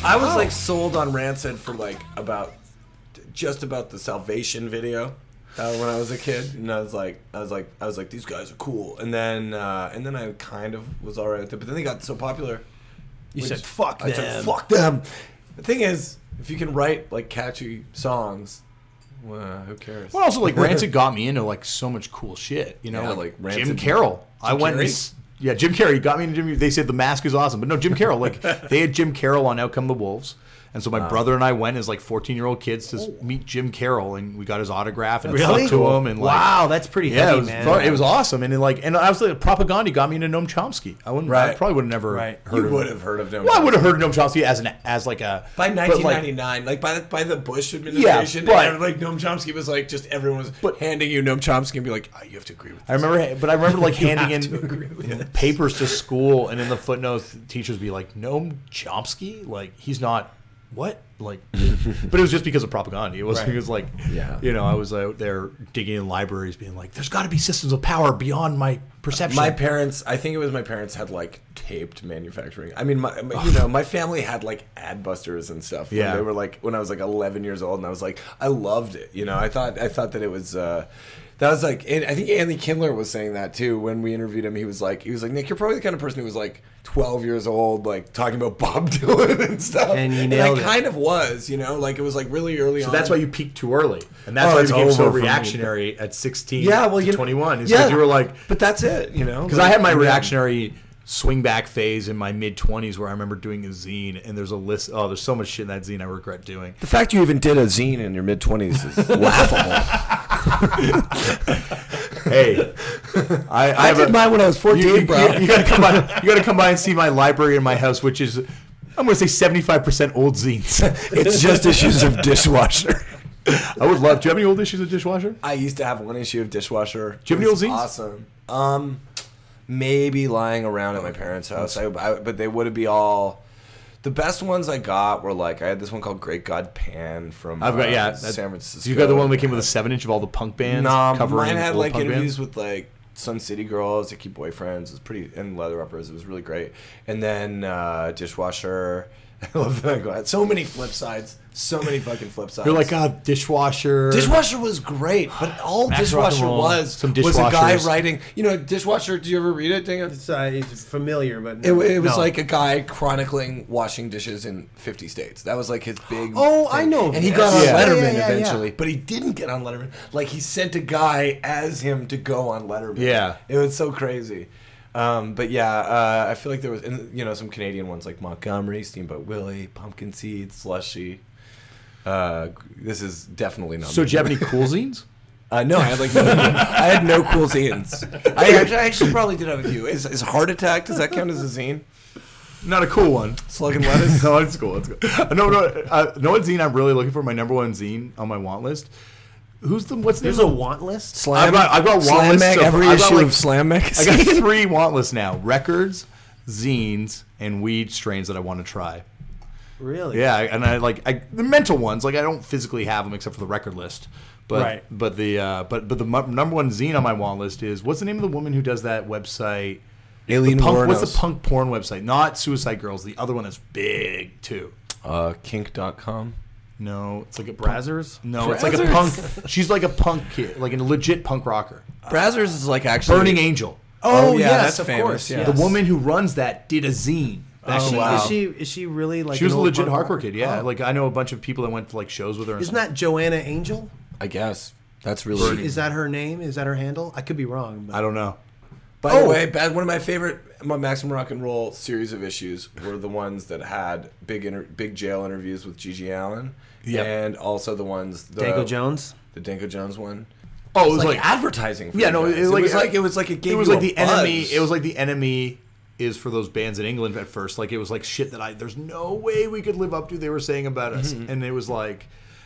B: I was
C: Oh.
B: like sold on Rancid for like about just about the Salvation video uh, when I was a kid, and I was like, I was like, I was like, these guys are cool. And then, uh, and then I kind of was alright with it, but then they got so popular.
A: You
B: we
A: said
B: just-
A: fuck
B: I
A: them.
B: said fuck them. The thing is, if you can write like catchy songs, well, who cares?
C: Well, also like Rancid got me into like so much cool shit. You know,
B: Yeah, like
C: like, Jim
B: Rancid-
C: Carroll. I went. and
B: Carrey?
C: s- yeah, Jim Carrey got me into Jim. They said the mask is awesome, but no, Jim Carroll. Like they had Jim Carroll on Out Come the Wolves, and so my
B: Ah.
C: brother and I went as like fourteen year old kids to s-
A: Oh.
C: meet Jim Carroll, and we got his autograph and
A: Really?
C: talked to him, and like
A: wow, that's pretty
C: yeah,
A: heavy,
C: it was
A: man.
C: fun- it was awesome, and then, like and I was like propaganda got me into Noam Chomsky. I wouldn't. I
B: Right.
C: probably would have never
A: Right.
C: heard.
B: you
C: of
B: would
C: him.
B: have heard of them.
C: Well, I would have heard of Noam Chomsky as an as like a
B: By
C: but, like,
B: 1999, like, by the by the Bush administration,
C: but-
B: and, like Noam Chomsky was like just everyone was
C: But-
B: handing you Noam Chomsky and be like, oh, you have to agree with.
C: I
B: This.
C: remember, but I remember like handing
B: have to agree with
C: in papers to school, and in the footnotes, teachers would be like, "Noam Chomsky, like he's not what like," but it was just because of propaganda. It was
A: Right.
C: it was like,
B: Yeah.
C: you know, I was out there digging in libraries, being like, "There's got to be systems of power beyond my perception."
B: My parents, I think it was my parents had like taped manufacturing. I mean, my, my- you know, my family had like Adbusters and stuff. when
C: Yeah.
B: they were like when I was like 11 years old, and I was like, I loved it. You know, I thought I thought that it was. Uh, that was like, and I think Anthony Kindler was saying that too when we interviewed him. He was like, he was like, Nick, you're probably the kind of person who was like 12 years old, like talking about Bob Dylan and stuff.
A: And you
B: I
A: nailed it.
B: kind of was, you know, like it was like really early
C: so
B: on.
C: that's why you peaked too early, and that's
B: Oh,
C: why you
B: it's
C: became so
B: over for me.
C: reactionary at 16.
B: yeah, well,
C: to
B: you
C: 21. Is because you were like,
B: but that's it, you know,
C: Because I had my
B: reaction.
C: reactionary swing back phase in my mid 20s where I remember doing a zine, and there's a list. Oh, there's so much shit in that zine I regret doing.
B: The fact you even did a zine in your mid twenties is laughable.
C: Hey, I, I,
B: I
C: have
B: did
C: a-
B: mine when I was
C: you,
B: fourteen,
C: you-
B: bro.
C: you gotta come by. You gotta come by and see my library in my house, which is I'm gonna say 75 percent old zines.
B: it's just issues of dishwasher.
C: I would love. Do you have any old issues of dishwasher?
B: I used to have one issue of dishwasher.
C: Do you have any
B: It was
C: old zines?
B: Awesome. Um, maybe lying around at my parents' house. I, I, but they would be all. The best ones I got were like I had this one called Great God Pan from
C: I've got
B: uh,
C: yeah. that-
B: San Francisco.
C: You got the one that came with a seven inch of all the punk bands.
B: Nah,
C: covering
B: mine had
C: old
B: like
C: punk
B: interviews
C: bands?
B: with like Sun City Girls, Icky Boyfriends. It was pretty, and Leather Uppers. It was really great. And then uh, Dishwasher. I love that. I got so many flip sides. So many fucking flip sides.
C: You're like ah dishwasher.
B: Dishwasher was great, but all
C: Max
B: Dishwasher
C: Rock and Roll,
B: was
C: some
B: was a guy
C: dishwashers.
B: writing. You know, Dishwasher. Did you ever read it, Dingo?
A: It's, uh, it's familiar, but
B: It, it was
A: no.
B: like a guy chronicling washing dishes in 50 states. That was like his big.
A: Oh, I know
B: And he
A: this.
B: got on
C: Yeah.
B: Letterman
A: Yeah, yeah, yeah,
B: eventually, but he didn't get on Letterman. Like he sent a guy as him to go on Letterman.
C: Yeah.
B: it was so crazy. Um, but yeah, uh, I feel like there was and, you know some Canadian ones like Montgomery, Steamboat Willie, Pumpkin Seed, Slushy. Uh, this is definitely not.
C: So do you have any cool zines?
B: Uh, no, I had like no, I had no cool zines. I actually, I actually probably did have a few. Is, is heart attack? Does that count as a zine?
C: Not a cool one.
B: Slug and lettuce.
C: no, it's cool. It's cool. No, no, uh, no one zine I'm really looking for. My number one zine on my want list. Who's the what's the
A: There's a want list.
B: Slam.
C: I've got- I've got
B: Slam
C: Wallace,
B: Mag,
C: so
B: every
C: I've got,
B: issue
C: like-
B: of Slam
C: I
B: magazine.
C: got three want lists now: records, zines, and weed strains that I want to try.
A: Really?
C: Yeah, and I like I, the mental ones. Like I don't physically have them except for the record list. But
A: Right.
C: but the uh, but but the mu- number one zine on my want list is what's the name of the woman who does that website?
B: Alien
C: The punk,
B: Warnos.
C: what's the punk porn website? Not Suicide Girls. The other one that's big too.
B: Uh, kink.com.
C: No, it's like a punk-
A: Brazzers?
C: No, it's like a punk. She's like a punk kid, like a legit punk rocker.
B: Brazzers is like actually
C: Burning Angel.
B: Oh, yeah, that's famous, yeah.
C: The
A: yes.
C: woman who runs that did a zine. Back
A: Is
C: in
A: she,
C: the
B: wow.
A: is she is she really like
C: She was
A: an
C: a
A: old
C: legit
A: punk
C: hardcore
A: rock-
C: kid, yeah.
A: Oh.
C: Like I know a bunch of people that went to like shows with her. And
A: Isn't
C: stuff.
A: that Joanna Angel?
B: I guess that's really.
A: Is that her name? Is that her handle? I could be wrong. But
C: I don't know.
B: By
A: Oh.
B: the way, bad, one of my favorite my Maximum Rock and Roll series of issues were the ones that had big inter, big jail interviews with Gigi Allen,
C: Yep.
B: and also the ones the
A: Danko Jones.
B: the Danko Jones one.
C: Oh, it was
B: It's
C: like,
B: like, advertising. For
C: yeah,
B: you
C: no,
B: guys.
C: it was like,
B: like it was like it gave
C: it was
B: you
C: like
B: a
C: the enemy.
B: buzz.
C: It was like the enemy is for those bands in England at first. Like it was like shit that I there's no way we could live up to they were saying about us, and it was like.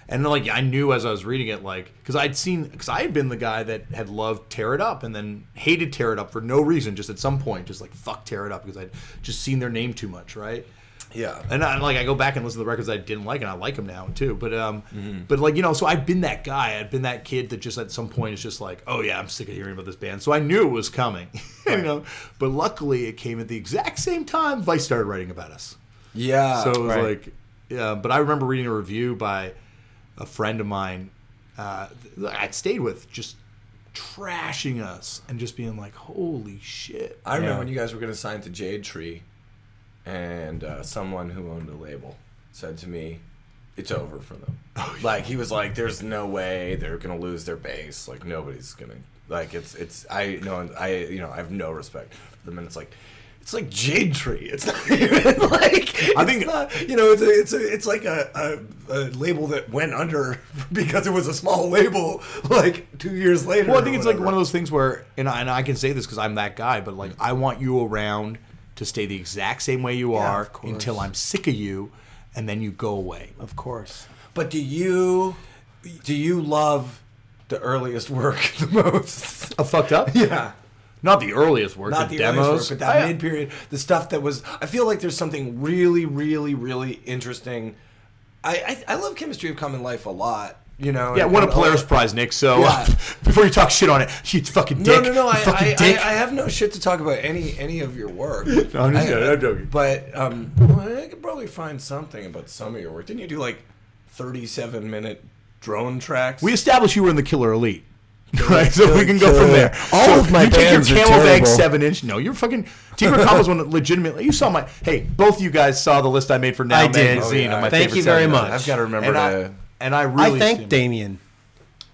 C: And then, like I knew as I was reading it, like because I'd seen because I had been the guy that had loved Tear It Up and then hated Tear It Up for no reason, just at some point, just like fuck Tear It Up because I'd just seen their name too much, right?
B: yeah.
C: And I, like I go back and listen to the records I didn't like, and I like them now too. But um, but like you know, so I've been that guy. I've been that kid that just at some point is just like, oh yeah, I'm sick of hearing about this band. So I knew it was coming, you know. But luckily, it came at the exact same time Vice started writing about us.
B: Yeah.
C: So it was
B: Uh, right.
C: like, yeah. But I remember reading a review by a friend of mine uh, that I'd stayed with, just trashing us and just being like, holy shit.
B: I remember
C: Yeah.
B: when you guys were going to sign to Jade Tree, and uh, someone who owned a label said to me, "It's over for them."
C: Oh,
B: Like he was like, "There's no way they're going to lose their base. Like nobody's going to like it's it's I know I you know I have no respect for them." And it's like. It's like Jade Tree. It's not even like I think not, you know. It's a, it's a, it's like a, a, a label that went under because it was a small label. Like two years later.
C: Well, I think it's like one of those things where, and I, and I can say this because I'm that guy, but like I want you around to stay the exact same way you are
A: of course.
C: until I'm sick of you, and then you go away.
A: Of course.
B: But do you do you love the earliest work the most?
C: Uh, fucked up?
B: Yeah.
C: Not the earliest work.
B: Not the
C: demos, Oh,
B: earliest work, but that mid period, the stuff that was. I feel like there's something really, really, really interesting. I I, I love chemistry of common life a lot. You know.
C: Yeah,
B: and-
C: won a
B: and all-
C: Polaris Prize, Nick. So
B: Yeah.
C: before you talk shit on it, you fucking
B: No,
C: dick.
B: no, no.
C: you
B: I,
C: fucking
B: I, I,
C: dick.
B: I have no shit to talk about any any of your work.
C: I'm just
B: I-
C: joking, I'm joking.
B: But um, well, I could probably find something about some of your work. Didn't you do like 37 minute drone tracks?
C: we established you were in the Killer Elite. Right, so we can go from
B: Killer.
C: there.
B: All
C: so
B: of my
C: you take your
B: bands are
C: Camelback
B: terrible.
C: seven inch. No, you're fucking. Tigger Combos one legitimately. You saw my. Hey, both you guys saw the list I made for Now
A: I did.
B: Oh,
C: magazine.
B: yeah.
C: of my
A: Thank
C: favorite
A: you very
C: seven.
A: much.
B: I've got to remember
C: and
B: to.
C: I, and I really
A: I thank
C: stand-
A: Damien.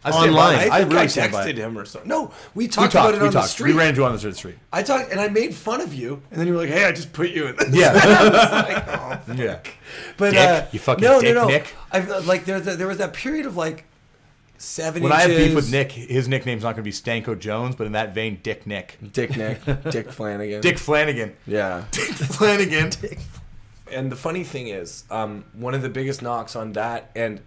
C: I stand
A: online.
C: by it.
B: I,
C: I
B: think
C: really
B: I
C: stand by it.
B: texted him or something. No, we
C: We
B: talked about
C: talked.
B: it
C: We
B: on the
C: talked. We
B: street.
C: ran into you on the street.
B: I talked, and I made fun of you, and then you were like, "Hey, I just put you in." This.
C: Yeah.
B: I was like, "Oh, fuck."
C: yeah.
B: But
C: Dick.
B: uh,
C: You fucking
B: no,
C: dick,
B: no, no,
C: Nick.
B: I've, uh, like there, there, there was that period of like seventy.
C: When I have beef
B: inches-
C: with Nick, his nickname's not going to be Stanko Jones, but in that vein, Dick Nick,
B: Dick Nick, Dick Flanagan,
C: Dick Flanagan,
B: Yeah.
C: Dick Flanagan.
B: And the funny thing is, um, one of the biggest knocks on that, and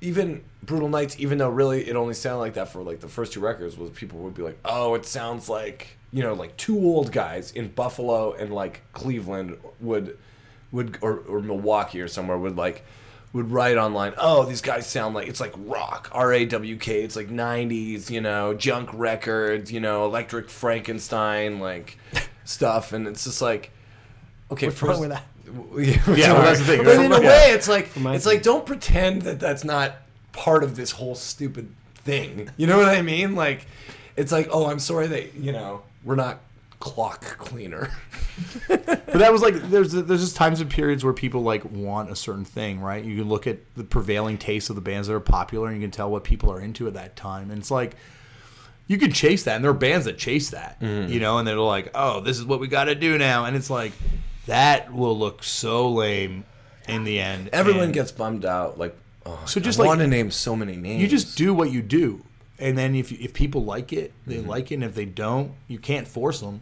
B: even Brutal Nights, even though really it only sounded like that for like the first two records, was people would be like, "Oh, it sounds like you know, like two old guys in Buffalo and like Cleveland would, would or, or Milwaukee or somewhere would like." Would write online, oh, these guys sound like it's like rock, R A W K, it's like 90s, you know, junk records, you know, electric Frankenstein, like stuff. And it's just like, okay,
A: What's
B: first,
A: wrong with that?
B: yeah,
C: Yeah, well, that's the thing.
B: But in a
C: Yeah.
B: way, it's like
A: my
B: it's like don't pretend that that's not part of this whole stupid thing. You know what I mean? Like, it's like, oh, I'm sorry that you know we're not clock cleaner.
C: But that was like there's there's just times and periods where people like want a certain thing, right? You can look at the prevailing taste of the bands that are popular, and you can tell what people are into at that time. And it's like you can chase that, and there are bands that chase that, you know, and they're like, oh, this is what we got to do now, and it's like that will look so lame in the end.
B: Everyone
C: And
B: gets bummed out. Like, oh,
C: So
B: so
C: just
B: just I
C: like-
B: want to name so many names.
C: you just do what you do. and then if you- if people like it, they like it, and if they don't, you can't force them.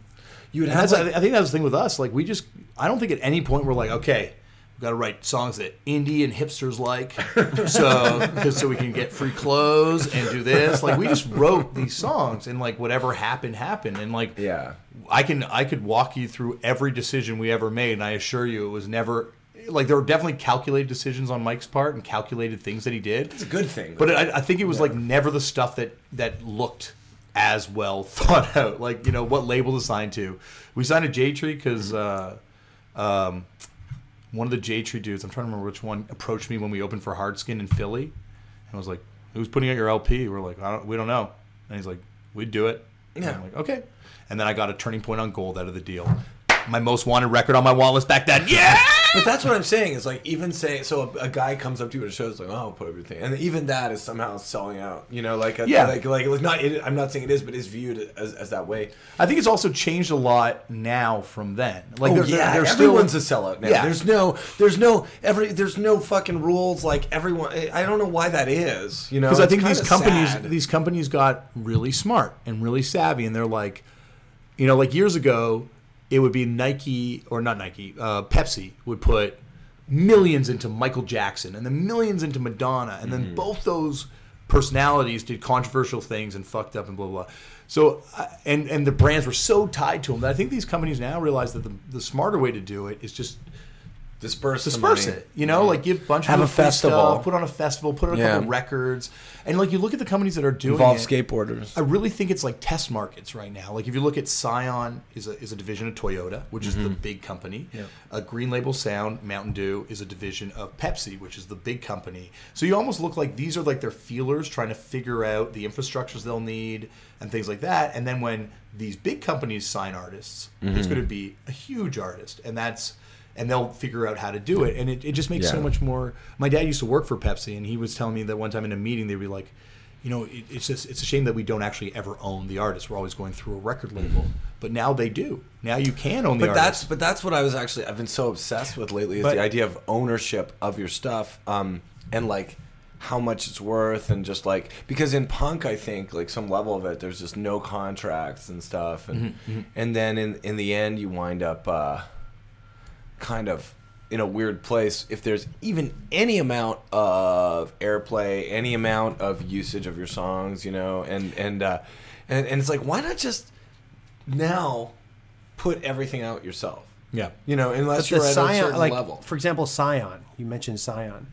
B: You would
C: Mm-hmm. And
B: have
C: that's,
B: like,
C: I think that was the thing with us. Like we just, I don't think at any point we're like, okay, we've got to write songs that indie and hipsters like, so 'cause- so we can get free clothes and do this. Like we just wrote these songs, and like whatever happened happened, and like
B: Yeah.
C: I can I could walk you through every decision we ever made, and I assure you it was never. Like there were definitely calculated decisions on Mike's part and calculated things that he did.
B: it's a good thing.
C: But I, I think it was like never the stuff that that looked as well thought out. Like you know what label to sign to. We signed a J Tree because uh, um, one of the J Tree dudes, I'm trying to remember which one, approached me when we opened for Hardskin in Philly, and was like, "Who's putting out your LP?" We're like, I don't, "We don't know," and he's like, "We'd do it." And
B: Yeah.
C: I'm like, "Okay." And then I got a turning point on gold out of the deal. My most wanted record on my want list back then. Yeah.
B: But that's what I'm saying. Is like even saying so a, a guy comes up to you at a show, it's like, oh, I'll put everything, and even that is somehow selling out. You know, like a,
C: Yeah.
B: like like like not. It, I'm not saying it is, but it's viewed as, as that way.
C: I think it's also changed a lot now from then. Like
B: Oh,
C: there- there-
B: yeah,
C: there's still-
B: everyone's a sellout now.
C: Yeah.
B: There's no, there's no every, there's no fucking rules. Like everyone, I I don't know why that is. You know,
C: because I
B: It's
C: think these
B: kinda
C: companies
B: sad.
C: these companies got really smart and really savvy, and they're like, you know, like years ago, it would be Nike or not Nike, uh, Pepsi would put millions into Michael Jackson and then millions into Madonna, and
B: Mm-hmm.
C: then both those personalities did controversial things and fucked up and blah blah. blah. So I- and and the brands were so tied to them that I think these companies now realize that the, the smarter way to do it is just
B: disperse, the
C: disperse
B: money.
C: it. You know, like give a bunch
A: Have
C: of
A: a
C: free
A: festival.
C: stuff, put on a festival, put on a
B: Yeah.
C: couple records, and like you look at the companies that are doing
B: Involve
C: it,
B: skateboarders.
C: I really think it's like test markets right now. Like if you look at Scion is a is a division of Toyota, which is the big company. A Green Label Sound Mountain Dew is a division of Pepsi, which is the big company. So you almost look like these are like their feelers trying to figure out the infrastructures they'll need and things like that. And then when these big companies sign artists, there's going to be a huge artist, and that's and they'll figure out how to do it. And it, it just makes so
B: Yeah.
C: much much more. My dad used to work for Pepsi, and he was telling me that one time in a meeting they'd be like, you know, it, it's just it's a shame that we don't actually ever own the artist. We're always going through a record label, but now they do. Now you can own the
B: Mm-hmm. But that's
C: artist.
B: but that's what I was actually I've been so obsessed with lately is
C: But-
B: the idea of ownership of your stuff um, and like how much it's worth and just like because in punk I think like some level of it there's just no contracts and stuff and
C: Mm-hmm,
B: and then in in the end you wind up uh, kind of in a weird place if there's even any amount of airplay any amount of usage of your songs you know and and uh, and, and it's like why not just now put everything out yourself.
C: Yeah.
B: You know, unless
D: the
B: you're at a
D: Scion,
B: certain
D: like
B: level.
D: for example, Scion. You mentioned Scion.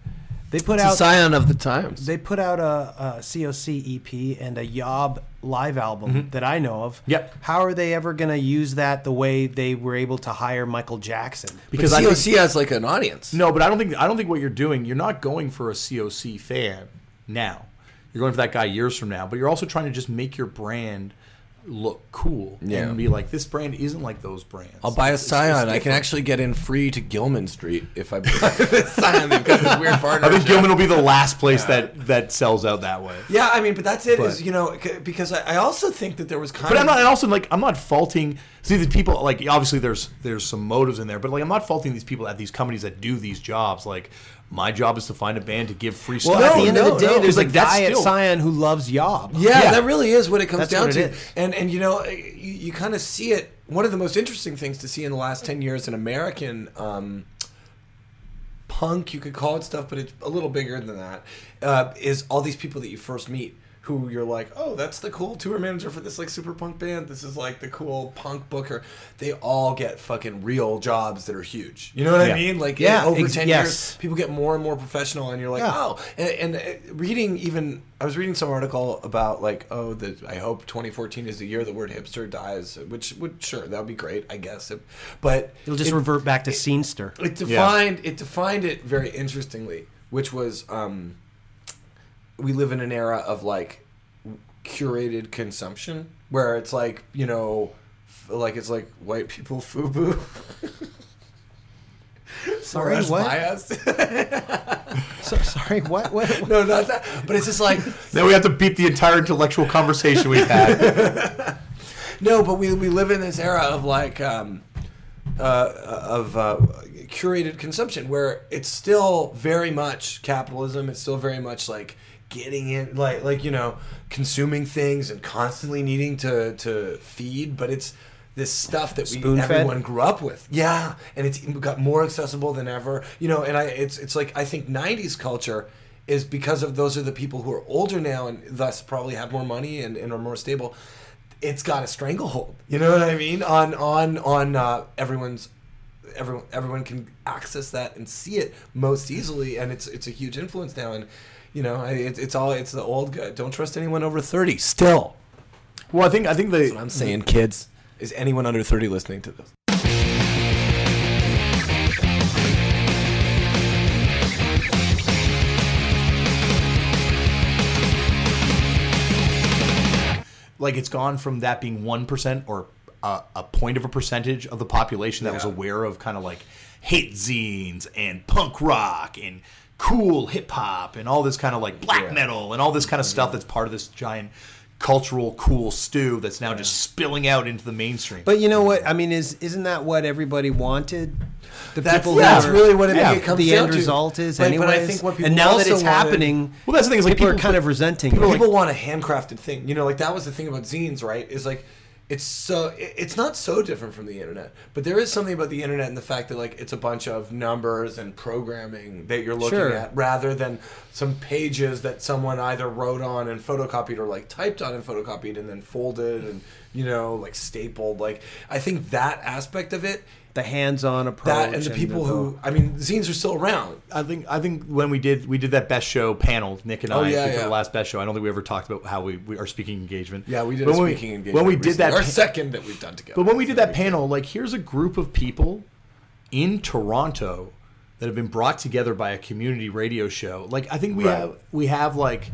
D: They put
E: It's a
D: out
E: scion of the times.
D: they put out a, a COC EP E and a Yob live album
B: Mm-hmm.
D: that I know of.
C: Yep.
D: How are they ever going to use that the way they were able to hire Michael Jackson?
E: Because
C: I
E: COC
C: think,
E: has like an audience.
C: no, but I don't think I don't think what you're doing. You're not going for a COC fan now. You're going for that guy years from now. But you're also trying to just make your brand look cool
B: Yeah.
C: and be like, this brand isn't like those brands.
B: I'll
E: Buy a scion. I can actually get in free to Gilman Street if I buy a scion. They've got this weird
C: I
E: partnership.
C: think Gilman will be the last place that that sells out that way.
B: yeah, I mean, but that's it. Is
C: But-
B: you know, c- because I, I also think that there was kind
C: But
B: of.
C: I'm not, and also like I'm not faulting. See, the people like obviously there's there's some motives in there, but like I'm not faulting these people at these companies that do these jobs. Like my job is to find a band to give free stuff.
D: Well, at the end of the day, there's
C: It's
D: like a guy
C: still-
D: at Scion who loves Yob.
B: yeah,
C: yeah.
B: that really is what it comes
D: That's
B: down
D: what
B: to.
D: it is.
B: And and you know, you, you kind of see it. One of the most interesting things to see in the last ten years in American um, punk, you could call it stuff, but it's a little bigger than that. Uh, is all these people that you first meet who you're like, oh, that's the cool tour manager for this like super punk band. This is like the cool punk booker. They all get fucking real jobs that are huge. You know what
C: Yeah.
B: I mean? Like
D: Yeah,
B: over
D: ex-
B: ten
D: yes.
B: years, people get more and more professional, and you're like,
D: Yeah.
B: oh. And, and uh, reading even, I was reading some article about like, oh, that I hope 2014 is the year the word hipster dies, which would sure that would be great, I guess. It- But
D: It'll just
B: it-
D: revert back to Scenester.
B: it defined it defined it very interestingly, which was um, we live in an era of like curated consumption where it's like you know, f- like it's like white people fubu.
D: Sorry,
B: That's
D: what?
B: biased.
D: So- sorry, what? What? what?
B: no, not that. But it's just like
C: Then we have to beat the entire intellectual conversation we've had.
B: no. But we we live in this era of like um, uh, of uh, curated consumption where it's still very much capitalism. It's still very much like getting in like like you know consuming things and constantly needing to to feed, but it's this stuff that we
D: Spoon-fed?
B: everyone grew up with. Yeah, and it's got more accessible than ever. You know, and I it's it's like I think '90s culture is because of those are the people who are older now and thus probably have more money and, and are more stable. It's got a stranglehold. You know what I mean on on on uh, everyone's everyone everyone can access that and see it most easily, and it's it's a huge influence now. And you know, I, it, it's all it's the old guy. Don't trust anyone over thirty. Still,
C: Well, I think I think they.
B: what I'm saying, kids. Is anyone under thirty listening to this?
C: like it's gone from that being 1% or a, a point of a percentage of the population that was aware of kind of like hit zines and punk rock and cool hip hop and all this kind of like black metal and all this kind
B: Mm-hmm.
C: of stuff that's part of this giant cultural cool stew that's now just spilling out into the mainstream.
D: But you know what? I mean, is isn't that what everybody wanted? The
B: That's-
D: people
B: yeah, that's
D: who are-
B: really what it-
D: yeah,
B: it comes
D: the
B: down
D: end
B: to.
D: result is,
B: But-
D: anyways.
B: but I think what people
D: and now that
B: also
D: it's
B: wanted-
D: happening,
C: Well, that's the thing, is like
D: people, are
C: people-
D: kind of resenting.
C: people
D: it.
C: like-
B: people want a handcrafted thing. You know, like that was the thing about zines, right? Is like it's so it- it's not so different from the internet, but there is something about the internet and the fact that like it's a bunch of numbers and programming that you're looking
D: Sure.
B: at rather than some pages that someone either wrote on and photocopied or like typed on and photocopied and then folded and you know like stapled. Like I think that aspect of it.
D: the hands-on approach
B: That and the people who, I mean, zines are still around.
C: I think I think when we did we did that best show panel, Nick and
B: Oh,
C: I
B: yeah,
C: for
B: yeah.
C: the last best show. I don't think we ever talked about how we, we our speaking engagement.
B: Yeah, we did
C: When
B: a speaking engagement.
C: When we did
B: recently.
C: that
B: our
C: pa-
B: second that we've done together.
C: But when we did that panel, like here's a group of people in Toronto that have been brought together by a community radio show. Like I think we have we have like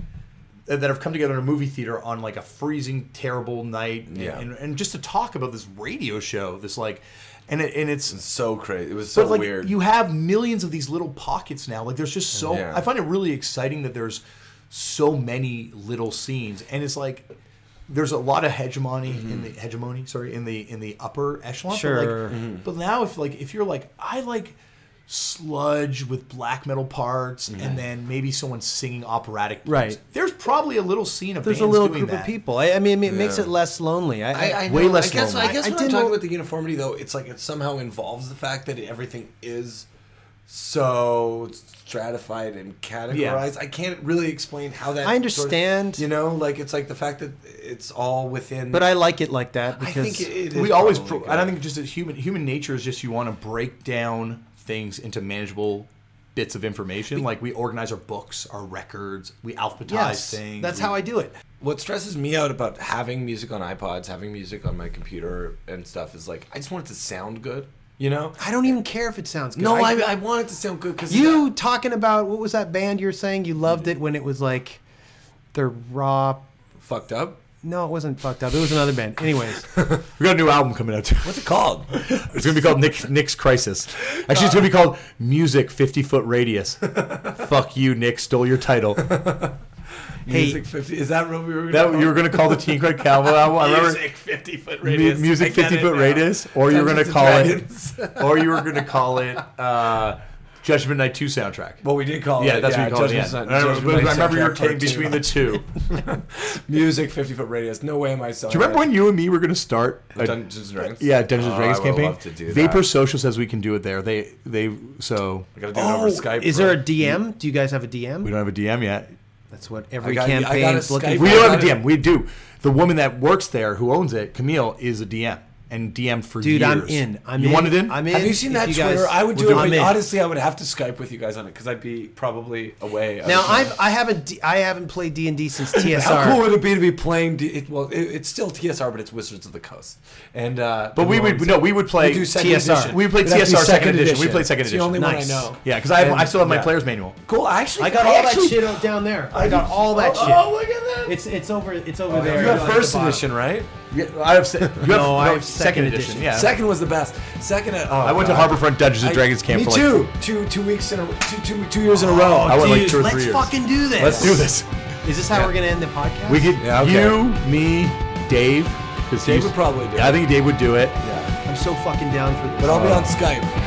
C: that that have come together in a movie theater on like a freezing terrible night and,
B: Yeah.
C: and, and just to talk about this radio show, this like and it, and it's
B: so crazy, it was so
C: but like
B: weird.
C: you have millions of these little pockets now. Like there's just so
B: Yeah.
C: I find it really exciting that there's so many little scenes, and it's like there's a lot of hegemony
B: Mm-hmm.
C: in the hegemony. Sorry, in the in the upper echelon. But, like,
D: Sure. Mm-hmm.
C: but now if like if you're like I like sludge with black metal parts
B: Mm-hmm.
C: and then maybe someone singing operatic parts.
D: Right.
C: there's probably a little scene of
D: There's a
C: bands
D: little
C: doing
D: group
C: that.
D: of people. I, I mean, it makes it less lonely. I,
B: I, I
C: way
B: know.
C: less
B: I guess,
C: lonely.
B: I guess
D: I
B: when I'm
D: didn't
B: talking
D: know-
B: about the uniformity, though, it's like it somehow involves the fact that everything is so stratified and categorized. I can't really explain how that.
D: I
B: sort of-
D: understand.
B: you know, like it's like the fact that it's all within.
D: but I like it like that
B: I
D: because
B: think it, it is
C: we always pro-
B: probably
C: and i
B: good.
C: think just as human human nature is just you want to break down things into manageable bits of information like we organize our books our records we alphabetize
D: yes,
C: things
D: that's
C: we-
D: how I do it.
B: what stresses me out about having music on iPods, having music on my computer and stuff is like I just want it to sound good. You know.
D: I don't even care if it sounds good.
B: No, I, I want it to sound good because
D: You talking about what was that band you're saying you loved
B: Mm-hmm.
D: it when it was like the raw
B: fucked up.
D: No, it wasn't fucked up. It was another band. Anyways,
C: we got a new album coming out too
B: What's it called?
C: it's gonna be called nick nick's crisis actually it's gonna be called music 50 foot radius fuck you nick stole your title
B: Music fifty. Is that what we were? Gonna
C: that
B: call
C: you
B: it?
C: were gonna call the teen called calvo album i remember
B: Music 50 foot
C: mu-
B: radius.
C: music 50 foot radius or you're gonna
B: Dungeons and
C: call
B: Dragons.
C: it or you were gonna call it uh judgment night 2 soundtrack
B: Well, we did call it.
C: Oh, Yeah, that's what you
B: Judgment's
C: call it.
B: not-
C: Yeah. I, remember,
B: Judgment
C: I remember
B: Night
C: your
B: soundtrack
C: take
B: part two.
C: between the two. Do
B: music 50 foot radius. No way am I selling.
C: you remember when you and me were going to start? a-
B: Dungeons and Dragons?
C: Yeah, Dungeons and
B: Oh,
C: Dragons
B: I would
C: campaign.
B: love to do
C: Vapor
B: that.
C: Social says we can do it there. They they so
B: I gotta do it over Skype.
D: Oh, is there a DM? Do you guys have a
C: we
D: DM?
C: don't have a DM yet.
D: That's what every
B: got- I got a
D: campaign's looking
B: Skype
D: for.
C: We
B: I
C: don't have a
B: got it.
C: DM. We do. The woman that works there, who owns it, Camille, is a DM and DM for
D: Dude,
C: years.
D: I'm in. I'm
C: you
D: in.
C: wanted in?
D: I'm in.
B: Have you seen
D: If
B: that
D: you guys-
B: Twitter? I would
D: We'll
B: do it.
D: do it.
B: but
D: I'm in.
B: honestly, I would have to Skype with you guys on it because I'd be probably away.
D: Now
B: I
D: I've I haven't d- I haven't played D and D since TSR.
B: How cool would it be to be playing? D- it, well, it, it's still TSR, but it's Wizards of the Coast. And uh,
C: But we would no, we would play
B: we do second
D: TSR.
B: edition.
C: We played
B: It'd have to be
C: TSR second edition. We played second
B: It's
C: edition.
B: the only
D: Nice.
B: one I know.
C: Yeah, because I, have-
B: And-
C: I still have my
B: yeah.
C: player's manual.
B: Cool. I
D: I
B: Actually,
D: got all
B: actually-
D: that shit out down there. I got all that
B: Oh,
D: shit.
B: look at that!
D: It's it's over it's over there.
B: you have
D: Like
B: first
D: the bottom.
B: edition, right?
C: Yeah, I have. se- You have
D: No, I have second edition.
C: Yeah,
B: Second was the best. Second, uh, oh,
C: I went to
B: God.
C: Harborfront Dungeons and
B: I-
C: Dragons camp
B: Me
C: for like
B: too. two two weeks in a two two, two years in a row.
C: I went like
D: Dude,
C: two or
D: let's
C: three years.
D: fucking do this.
C: Let's do this.
D: Is this how we're gonna end the podcast?
C: We could
B: Yeah, okay.
C: you, me, Dave. Because
B: Dave would probably do
C: I
B: it.
C: think Dave would do it.
B: Yeah.
D: I'm so fucking down for this.
B: Oh. But I'll be on Skype.